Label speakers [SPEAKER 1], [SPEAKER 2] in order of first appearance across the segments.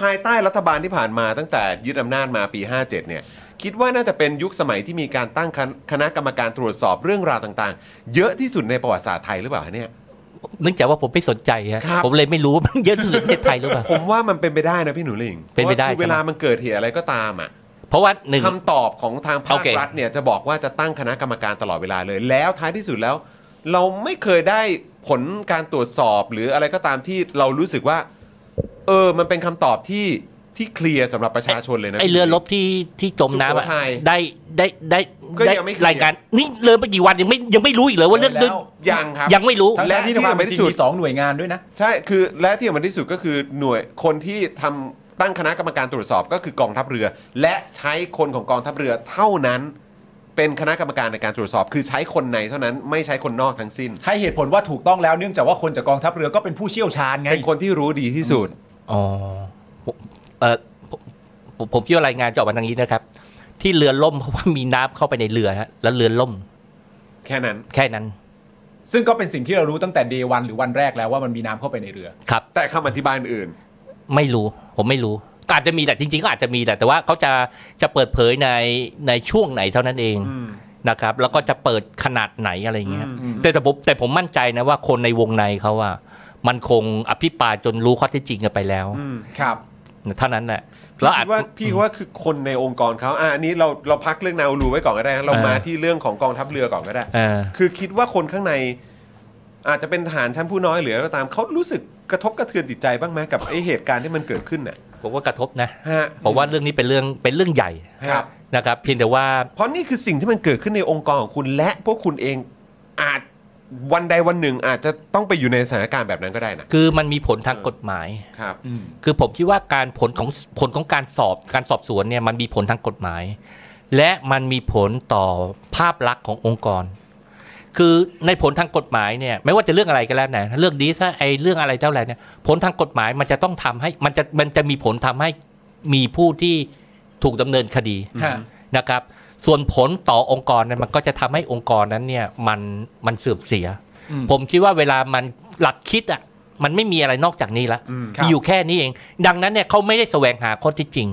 [SPEAKER 1] ภายใต้รัฐบาลที่ผ่านมาตั้งแต่ยึดอำนาจมาปี 57 เนี่ย คิดว่าน่าจะเป็นยุคสมัยที่มีการตั้งคณะคณะกรรมการตรวจสอบเรื่องราวต่างๆ เยอะที่สุดในประวัติศาสตร์ไทยหรือเปล่าฮะเนี่ย
[SPEAKER 2] เนื่องจากว่าผมไม่สนใจฮะ
[SPEAKER 1] ครับ
[SPEAKER 2] ผมเลยไม่รู้ ว่ามันเยอะที่สุดในประเทศไทยหรือเปล่า
[SPEAKER 1] ผมว่ามันเป็นไปได้นะพี่หนูหลิง
[SPEAKER 2] เป็นไปได้
[SPEAKER 1] พราะว่าคือ
[SPEAKER 2] ใช่
[SPEAKER 1] เว
[SPEAKER 2] ไหม
[SPEAKER 1] ลามันเกิดเหตุอะไรก็ตามอ่ะ
[SPEAKER 2] เพราะว่าหนึ่ง
[SPEAKER 1] คำตอบของทางภา
[SPEAKER 2] โอ
[SPEAKER 1] ค
[SPEAKER 2] เค
[SPEAKER 1] รัฐเนี่ยจะบอกว่าจะตั้งคณะกรรมการตลอดเวลาเลย แล้วท้ายที่สุดแล้ว เราไม่เคยได้ผลการตรวจสอบหรืออะไรก็ตามที่เรารู้สึกว่า เออมันเป็นคำตอบที่ที่เคลียร์สำหรับประชาชนเลยนะ
[SPEAKER 2] ไอ
[SPEAKER 1] พี่ห
[SPEAKER 2] เรื
[SPEAKER 1] นู
[SPEAKER 2] อ
[SPEAKER 1] หลิง
[SPEAKER 2] ลบที่ที่จมน้ำอะ
[SPEAKER 1] สุโขทัย
[SPEAKER 2] ได้ได้ได้
[SPEAKER 1] ก็
[SPEAKER 2] ได้
[SPEAKER 1] ยังไม่เคลียร์
[SPEAKER 2] รายการนี่เลยไปกี่วันยังไม่ยังไม่รู้อีกเลยว่าเรื่อง
[SPEAKER 3] แล้ว
[SPEAKER 1] ยังครับ
[SPEAKER 2] ยังไม่รู้
[SPEAKER 3] ทั้ง
[SPEAKER 1] และ
[SPEAKER 3] และ
[SPEAKER 1] ที่
[SPEAKER 3] ที่นคร
[SPEAKER 1] ไม่
[SPEAKER 3] ป
[SPEAKER 1] ได้
[SPEAKER 3] ฐม
[SPEAKER 1] สุด
[SPEAKER 3] มีสองหน่วยงานด้วยนะ
[SPEAKER 1] ใช่ คือและที่สำคัญที่สุดก็คือหน่วยคนที่ทำตั้งคณะกรรมการตรวจสอบก็คือกองทัพเรือ และใช้คนของกองทัพเรือเท่านั้น เป็นคณะกรรมการในการตรวจสอบ คือใช้คนในเท่านั้นไม่ใช้คนนอกทั้งสิ้น
[SPEAKER 3] ให้เหตุผลว่าถูกต้องแล้วเนื่องจากว่าคนจากกองทัพเรือก็เป็นผู้เชี่ยวชาญไง
[SPEAKER 1] เป็นคนที่รู้ดีที่สุด
[SPEAKER 2] อ๋อผมเออผมผมผมคิดว่ารายงานจะออกมาทางนี้นะครับ ที่เรือล่มเพราะว่ามีน้ำเข้าไปในเรือฮะแล้วเรือล่ม
[SPEAKER 1] แค่นั้น
[SPEAKER 2] แค่นั้น
[SPEAKER 3] ซึ่งก็เป็นสิ่งที่เรารู้ตั้งแต่เดวันหรือวันแรกแล้วว่ามันมีน้ำเข้าไปในเรือ
[SPEAKER 2] ครับ
[SPEAKER 1] แต่คำอธิบายอื่น
[SPEAKER 2] ไม่รู้ ผมไม่รู้ก็อาจจะมีแหละจริงๆก็อาจจะมีแหละแต่ว่าเขาจะจะเปิดเผยในในช่วงไหนเท่านั้นเอง
[SPEAKER 1] อืม
[SPEAKER 2] นะครับ แล้วก็จะเปิดขนาดไหนอะไรอย่างเงี้ย
[SPEAKER 3] อืม
[SPEAKER 2] แต่แต่ผมแต่ผมมั่นใจนะว่าคนในวงในเขาว่า มันคงอภิปรายจนรู้ข้อเท็จจริงกันไปแล้ว
[SPEAKER 3] ครับ
[SPEAKER 2] เท่านั้นแหละ
[SPEAKER 1] พี่คิ
[SPEAKER 2] อาจ
[SPEAKER 1] ดว่าพี่ว่าคือคนในองค์กรเขาอ่ะอันนี้เราเราพักเรื่องนาอูรูไว้ก่อนก็ได้นะเรา
[SPEAKER 2] เออ
[SPEAKER 1] มาที่เรื่องของกองทัพเรือก่อนก็ได้
[SPEAKER 2] เออ
[SPEAKER 1] คือคิดว่าคนข้างในอาจจะเป็นทหารชั้นผู้น้อยหรืออะไรก็ตามเขารู้สึกกระทบกระเทือนจิตใจบ้างไหมกับไอเหตุการณ์ที่มันเกิดขึ้นน่ะ
[SPEAKER 2] ผมว่ากระทบนะ
[SPEAKER 1] ฮะ
[SPEAKER 2] ผมว่าเรื่องนี้เป็นเรื่องเป็นเรื่องใหญ่
[SPEAKER 1] ครับ
[SPEAKER 2] นะครับ เพียงแต่ว่า
[SPEAKER 1] เพราะนี่คือสิ่งที่มันเกิดขึ้นในองค์กรของคุณและพวกคุณเองอาจวันใดวันหนึ่ง อาจจะต้องไปอยู่ในสถานการณ์แบบนั้นก็ได้นะ
[SPEAKER 2] คือมันมีผลทางกฎหมาย
[SPEAKER 1] ครับ
[SPEAKER 2] คือผมคิดว่าการผลของผลของการสอบการสอบสวนเนี่ยมันมีผลทางกฎหมาย และมันมีผลต่อภาพลักษณ์ขององค์กร คือในผลทางกฎหมายเนี่ยไม่ว่าจะเรื่องอะไรก็แล้วนะเรื่องนี้ถ้าไอเรื่องอะไรเท่าไหร่เนี่ยผลทางกฎหมายมันจะต้องทำให้มันจะมันจะมีผลทำให้มีผู้ที่ถูกดำเนินคดี
[SPEAKER 3] ฮะ
[SPEAKER 2] นะครับ ส่วนผลต่อองค์กรเนี่ยมันก็จะทำให้องค์กรนั้นเนี่ยมันมันเสื่อมเสีย ผมคิดว่าเวลามันหลักคิดอ่ะมันไม่มีอะไรนอกจากนี้ละ
[SPEAKER 1] อืม
[SPEAKER 3] ครับ
[SPEAKER 2] มีอยู่แค่นี้เอง ดังนั้นเนี่ยเขาไม่ได้แสวงหาข้อที่จริง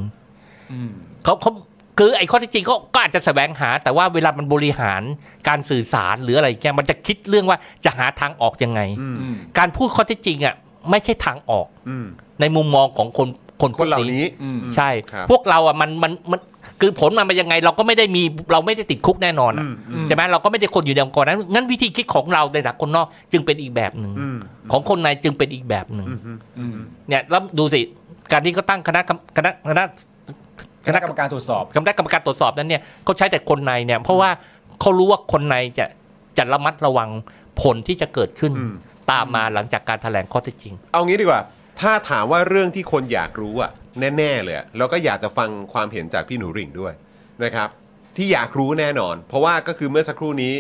[SPEAKER 2] เขาเขาคือไอ้ข้อที่จริงก็ก็อาจจะแสวงหา แต่ว่าเวลามันบริหารการสื่อสารหรืออะไรแกมันจะคิดเรื่องว่าจะหาทางออกยังไง
[SPEAKER 1] อืม
[SPEAKER 2] การพูดข้อที่จริงอ่ะไม่ใช่ทางออก
[SPEAKER 1] อืม
[SPEAKER 2] ในมุมมองของคนคน
[SPEAKER 1] คนเหล่านี้
[SPEAKER 3] อืม
[SPEAKER 2] ใช่
[SPEAKER 1] ครับ
[SPEAKER 2] พวกเราอ่ะมันมันมันคือผลมันมายังไง เราก็ไม่ได้มีเราไม่ได้ติดคุกแน่นอนอะ
[SPEAKER 1] อืมอืม
[SPEAKER 2] ใช่ไหมเราก็ไม่ได้คนอยู่ในองค์กรนั้นงั้นวิธีคิดของเราในฐานะคนนอกจึงเป็นอีกแบบหนึ่ง
[SPEAKER 1] อืม
[SPEAKER 2] ของคนในจึงเป็นอีกแบบหนึ่ง
[SPEAKER 1] อืมอืมอืม
[SPEAKER 2] เนี่ยแล้วดูสิ การที่เขาตั้งคณะกรรมคณะคณะ
[SPEAKER 3] คณะกรรมการตรวจสอบ
[SPEAKER 2] กรรมการกรรมการตรวจสอบนั้นเนี่ยเขาใช้แต่คนในเนี่ยเพราะว่าเขารู้ว่าคนในจะจะระมัดระวังผลที่จะเกิดขึ้น
[SPEAKER 1] อืม
[SPEAKER 2] ตามมาหลังจากการแถลงข้อเท็จจริง
[SPEAKER 1] เอางี้ดีกว่า ถ้าถามว่าเรื่องที่คนอยากรู้อะแน่ๆเลยอะแล้วก็อยากจะฟังความเห็นจากพี่หนูหริ่งด้วยนะครับ ที่อยากรู้แน่นอน เพราะว่าก็คือเมื่อสักครู่นี้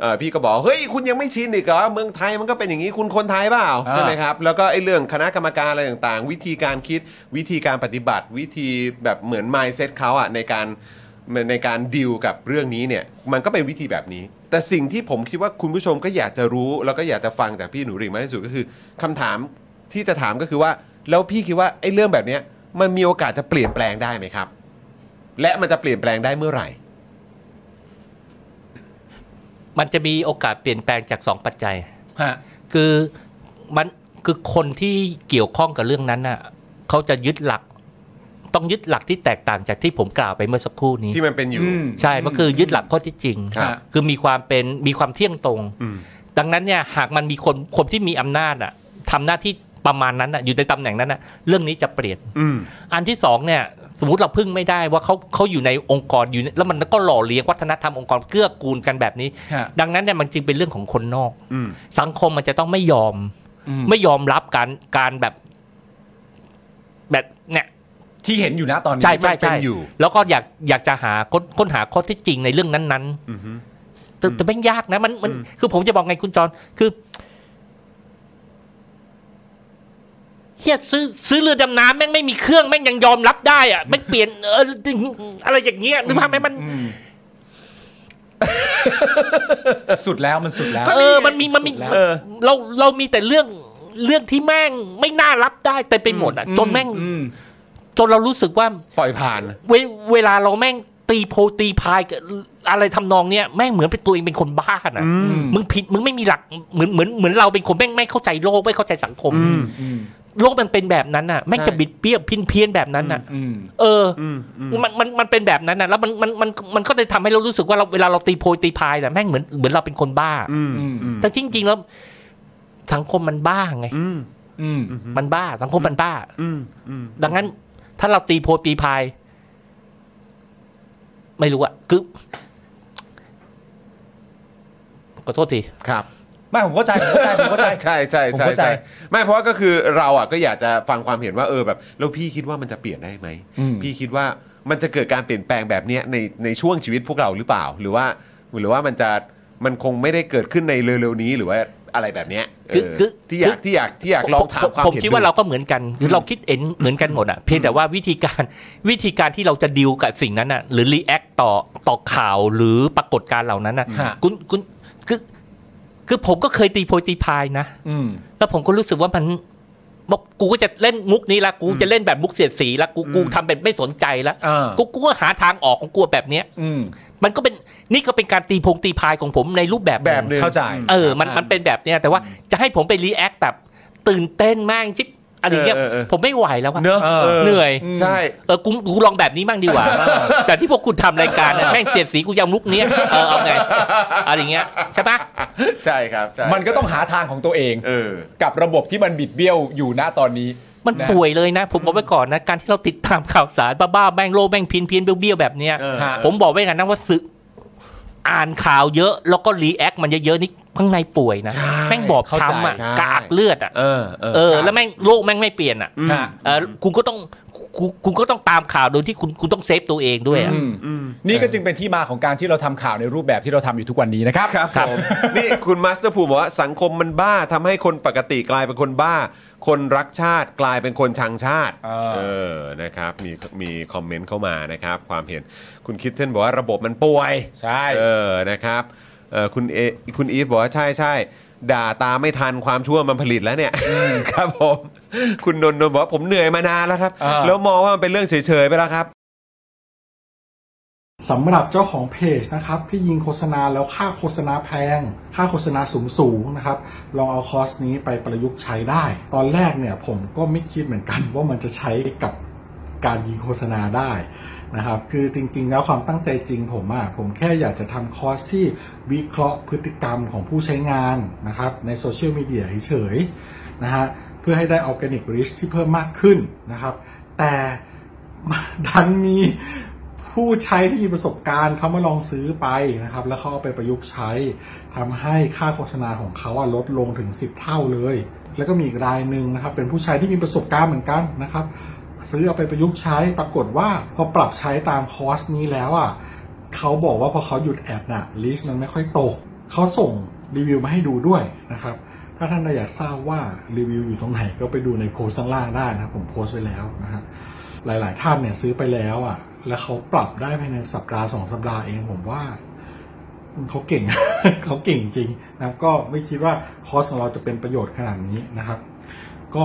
[SPEAKER 1] เอ่อพี่ก็บอกเฮ้ยคุณยังไม่ชินอีกเหรอเมืองไทยมันก็เป็นอย่างนี้คุณคนไทยเปล่า
[SPEAKER 3] อ่า
[SPEAKER 1] ใช่ไหมครับแล้วก็ไอ้เรื่องคณะกรรมการอะไรต่างๆ วิธีการคิดวิธีการปฏิบัติวิธีแบบเหมือน mindset เขาอะในการในการดิวกับเรื่องนี้เนี่ยมันก็เป็นวิธีแบบนี้ แต่สิ่งที่ผมคิดว่าคุณผู้ชมก็อยากจะรู้ แล้วก็อยากจะฟังจากพี่หนูริ่งมากที่สุดก็คือคำถามที่จะถามก็คือว่า แล้วพี่คิดว่าไอ้เรื่องแบบเนี้ยมันมีโอกาสจะเปลี่ยนแปลงได้ไหมครับ และมันจะเปลี่ยนแปลงได้เมื่อไหร่
[SPEAKER 2] มันจะมีโอกาสเปลี่ยนแปลงจากสองปัจจัย
[SPEAKER 3] ฮะ
[SPEAKER 2] คือมันคือคนที่เกี่ยวข้องกับเรื่องนั้นน่ะเขาจะยึดหลัก ต้องยึดหลักที่แตกต่างจากที่ผมกล่าวไปเมื่อสักครู่นี้
[SPEAKER 1] ที่มันเป็นอยู่
[SPEAKER 3] อืม
[SPEAKER 2] ใช่ก็คือยึดหลักข้อเที่จริง
[SPEAKER 1] ครับ
[SPEAKER 2] คือมีความเป็นมีความเที่ยงตรง
[SPEAKER 1] อืม
[SPEAKER 2] ดังนั้นเนี่ยหากมันมีคนคนที่มีอำนาจอ่ะทำหน้าที่ประมาณนั้นอ่ะอยู่ในตำแหน่งนั้นอ่ะเรื่องนี้จะเปลี่ยน
[SPEAKER 1] อืม
[SPEAKER 2] อันที่สองเนี่ยสมมติเราพึ่งไม่ได้ว่าเขาเขาอยู่ในองค์กรอยู่ในแล้วมันก็หล่อเลี้ยงวัฒนธรรมองค์กรเกื้อกูลกันแบบนี้
[SPEAKER 3] ฮะ
[SPEAKER 2] ดังนั้นเนี่ยมันจึงเป็นเรื่องของคนนอก
[SPEAKER 1] อืม
[SPEAKER 2] สังคมมันจะต้องไม่ยอม
[SPEAKER 3] ไม่
[SPEAKER 2] ไม่ยอมรับการการแบบ แบบเนี่ย
[SPEAKER 3] ที่เห็นอยู่นะตอนนี้
[SPEAKER 2] ใช่ใช่
[SPEAKER 1] ที่มัน
[SPEAKER 2] ใช่
[SPEAKER 1] เป็นอยู่
[SPEAKER 2] แล้วก็อยากอยากจะหาค้นค้นหาข้อเที่จริงในเรื่องนั้น ๆ
[SPEAKER 1] อืมฮึ
[SPEAKER 2] แต่แต่ไม่ยากนะมันมัน
[SPEAKER 1] อืม
[SPEAKER 2] คือผมจะบอกไงคุณจรคือเฮียซื้อซื้อเรือดำน้ำแม่งไม่มีเครื่องแม่งยังยอมรับได้อะแม่งเปลี่ยนเอออะไรอย่างเงี้ยนึกภาพไหมมัน
[SPEAKER 3] สุดแล้วมันสุดแล้ว
[SPEAKER 2] เออมันมีมันมี
[SPEAKER 3] สุดแล้ว
[SPEAKER 2] เออเราเรามีแต่เรื่องเรื่องที่แม่งไม่น่ารับได้เต็มไปหมดอ่ะ จนแม่ง
[SPEAKER 3] อืม
[SPEAKER 2] จนเรารู้สึกว่า
[SPEAKER 1] ปล่อยผ่าน
[SPEAKER 2] เวเวลาเราแม่งตีโพลตีพายกับอะไรทำนองเนี้ยแม่งเหมือนเป็นตัวเองเป็นคนบ้าน่ะ
[SPEAKER 1] อืม
[SPEAKER 2] มึงผิดมึงไม่มีหลักเหมือนเหมือนเหมือนเราเป็นคนแม่งไม่เข้าใจโลกไม่เข้าใจสังคม
[SPEAKER 1] อืม
[SPEAKER 3] อืม
[SPEAKER 2] โลกมันเป็นแบบนั้นน่ะแม่ง
[SPEAKER 1] ใช่
[SPEAKER 2] จะบิดเบี้ยวเพี้ยนเพี้ยนแบบนั้นน่ะ
[SPEAKER 3] อืม
[SPEAKER 2] เออ
[SPEAKER 1] อืมอืม
[SPEAKER 2] อมันมันมันเป็นแบบนั้นน่ะแล้วมันมันมันมันก็เลยทำให้เรารู้สึกว่าเราเวลาเราตีโพยตีพายน่ะแม่งเหมือนเหมือนเราเป็นคนบ้า
[SPEAKER 1] อืม
[SPEAKER 3] อืม
[SPEAKER 1] อืม
[SPEAKER 2] แต่จริงๆแล้วสังคมมันบ้าไง
[SPEAKER 1] อืม
[SPEAKER 3] อืม
[SPEAKER 2] มันบ้าสังคมมันบ้า
[SPEAKER 1] อืมอืม
[SPEAKER 2] ดังนั้นถ้าเราตีโพยตีพาย ไม่รู้อะคือขอโทษที
[SPEAKER 1] ครับ
[SPEAKER 3] ไม่ผมเข้าใจผมเข้าใจผมเข้าใจ
[SPEAKER 1] ใช่ใช่
[SPEAKER 3] ผม
[SPEAKER 1] ใช่
[SPEAKER 3] เข้าใจ
[SPEAKER 1] ใช่ไม่เพราะว่าก็คือเราอ่ะก็อยากจะฟังความเห็นว่าเออแบบแล้วพี่คิดว่ามันจะเปลี่ยนได้ไหม
[SPEAKER 3] อืม
[SPEAKER 1] พี่คิดว่ามันจะเกิดการเปลี่ยนแปลงแบบเนี้ยในในช่วงชีวิตพวกเราหรือเปล่า หรือว่าหรือว่ามันจะมันคงไม่ได้เกิดขึ้นในเร็วๆนี้หรือว่าอะไรแบบเนี้ย
[SPEAKER 2] คือ
[SPEAKER 1] เ
[SPEAKER 2] คือ
[SPEAKER 1] ที่อยา
[SPEAKER 2] คื
[SPEAKER 1] ก
[SPEAKER 2] อ
[SPEAKER 1] ที่อยากที่อยากลองถาม
[SPEAKER 2] ผ
[SPEAKER 1] ความ
[SPEAKER 2] ผม
[SPEAKER 1] เห็น
[SPEAKER 2] คิดว่าเราก็เหมือนกันหรือเราคิดเห็นเหมือนกันหมดอะเพียงแต่ว่าวิธีการ วิธีการที่เราจะดิวกับสิ่งนั้นอะหรือรีแอคต่อต่อข่าวหรือปรากฏการณ์เหล่านั้นอะ
[SPEAKER 3] ฮะ
[SPEAKER 2] คุณคุณคือคือผมก็เคยตีโพยตีพายนะ
[SPEAKER 3] อืม
[SPEAKER 2] แล้วผมก็รู้สึกว่ามันบอกกูก็จะเล่นมุกนี้ละกูจะเล่นแบบมุกเสียดสีละกูกูทำเป็นไม่สนใจละ
[SPEAKER 3] อ่า
[SPEAKER 2] กูกูก็หาทางออกของกูแบบเนี้ย
[SPEAKER 3] อืม
[SPEAKER 2] มันก็เป็นนี่ก็เป็นการตีพงตีพายของผมในรูปแบบห
[SPEAKER 1] แบบหนึง
[SPEAKER 3] เข้าใจ
[SPEAKER 2] เออมันมันเป็นแบบเนี้ยแต่ว่าจะให้ผมไปรีแอคแบบ ตื่นเต้นมากจิ๊บอะไรเงี้ยผมไม่ไหวแล้วอะ
[SPEAKER 1] เนอะ
[SPEAKER 3] เออ
[SPEAKER 2] เหนื่อย
[SPEAKER 1] ใช่
[SPEAKER 2] เออกูกูลองแบบนี้บ้างดีกว่าแต่ที่พวกคุณทำรายการเนี่ยแม่งเสียดสีกูยำลุกเนี้ยเออเอาไงอะไรเงี้ยใช่ปะ
[SPEAKER 1] ใช่ครับใช่
[SPEAKER 3] มันก็ต้องหาทางของตัวเอง
[SPEAKER 1] เออ
[SPEAKER 3] กับระบบที่มันบิดเบี้ยวอยู่ณตอนนี้
[SPEAKER 2] มัน
[SPEAKER 3] นะ
[SPEAKER 2] ป่วยเลยนะ ผมบอกไว้ก่อนนะ การที่เราติดตามข่าวสารบ้าๆแม่งโลกแม่งเพี้ยนเพี้ยนๆเบี้ยวๆแบบเนี้ย
[SPEAKER 1] เออ
[SPEAKER 3] ฮะ
[SPEAKER 2] ผมบอกไว้กันนะว่าสึกอ่านข่าวเยอะ แล้วก็รีแอคมันเยอะๆนี่ข้างในป่วยนะ
[SPEAKER 1] ใช่
[SPEAKER 2] แม่งบอบช้ำอ่ะ
[SPEAKER 1] เข้าใจใช่
[SPEAKER 2] กากเลือดอ่ะ
[SPEAKER 1] เออเออ
[SPEAKER 2] เออ แล้วแม่งโลกแม่งไม่เปลี่ยนอ่ะ
[SPEAKER 1] อืม
[SPEAKER 3] ฮะ
[SPEAKER 2] เออคุณก็ต้องคุณคุณก็ต้องตามข่าวโดยที่คุณคุณต้องเซฟตัวเองด้วยอะ
[SPEAKER 3] อืม
[SPEAKER 1] อืม
[SPEAKER 3] นี่ก็จึงเป็นที่มาของการที่เราทำข่าวในรูปแบบที่เราทำอยู่ทุกวันนี้นะครับ
[SPEAKER 1] ครับ
[SPEAKER 2] ครับ
[SPEAKER 1] ผม นี่คุณมาสเตอร์ภูมิบอกว่าสังคมมันบ้าทำให้คนปกติกลายเป็นคนบ้า คนรักชาติกลายเป็นคนชังชาติ
[SPEAKER 3] เออ
[SPEAKER 1] เออนะครับมีมีคอมเมนต์เข้ามานะครับ ความเห็นคุณคิดเทนบอกว่าระบบมันป่วย
[SPEAKER 3] ใช่
[SPEAKER 1] เออนะครับเออคุณเอคุณอีฟบอกว่าใช่ใช่ด่าตามไม่ทันความชั่วมันผลิตแล้วเนี่ย ครับผม คุณนนท์นนท์บอกว่าผมเหนื่อยมานานแล้วครับ
[SPEAKER 3] อ่า
[SPEAKER 1] แล้วมองว่ามันเป็นเรื่องเฉยๆไปแล้วครับ
[SPEAKER 4] สำหรับเจ้าของเพจนะครับที่ยิงโฆษณาแล้วค่าโฆษณาแพง ค่าโฆษณาสูงสูงๆนะครับ ลองเอาคอร์สนี้ไปประยุกต์ใช้ได้ ตอนแรกเนี่ยผมก็ไม่คิดเหมือนกัน ว่ามันจะใช้กับการยิงโฆษณาได้นะครับ คือจริงๆ แล้วความตั้งใจจริงผมอะผมแค่อยากจะทำคอร์สที่วิเคราะห์พฤติกรรมของผู้ใช้งานนะครับ ในโซเชียลมีเดียเฉยๆนะฮะเพื่อให้ได้ออร์แกนิกริชที่เพิ่มมากขึ้นนะครับ แต่ ดันมีผู้ใช้ที่มีประสบการณ์เขามาลองซื้อไปนะครับ แล้วเขาเอาไปประยุกต์ใช้ทำให้ค่าโฆษณาของเขาอะลดลงถึง 10 เท่าเลย แล้วก็มีอีกรายหนึ่งนะครับ เป็นผู้ใช้ที่มีประสบการณ์เหมือนกันนะครับ ซื้อเอาไปประยุกต์ใช้ปรากฏว่าพอปรับใช้ตามคอร์สนี้แล้วอ่ะเขาบอกว่าพอเขาหยุดแอดน่ะลิสต์มันไม่ค่อยตกเขาส่งรีวิวมาให้ดูด้วยนะครับ ถ้าท่านอยากทราบว่ารีวิวอยู่ตรงไหนก็ไปดูในโพสต์ข้างล่างได้นะครับผมโพสต์ไว้แล้วนะครับ หลาย ๆ ท่านเนี่ยซื้อไปแล้วอ่ะ แล้วเขาปรับได้ภายในสัปดาห์สองสัปดาห์เองผมว่าเขาเก่ง เขาเก่งจริงนะครับก็ไม่คิดว่าคอร์สของเราจะเป็นประโยชน์ขนาดนี้นะครับ ก็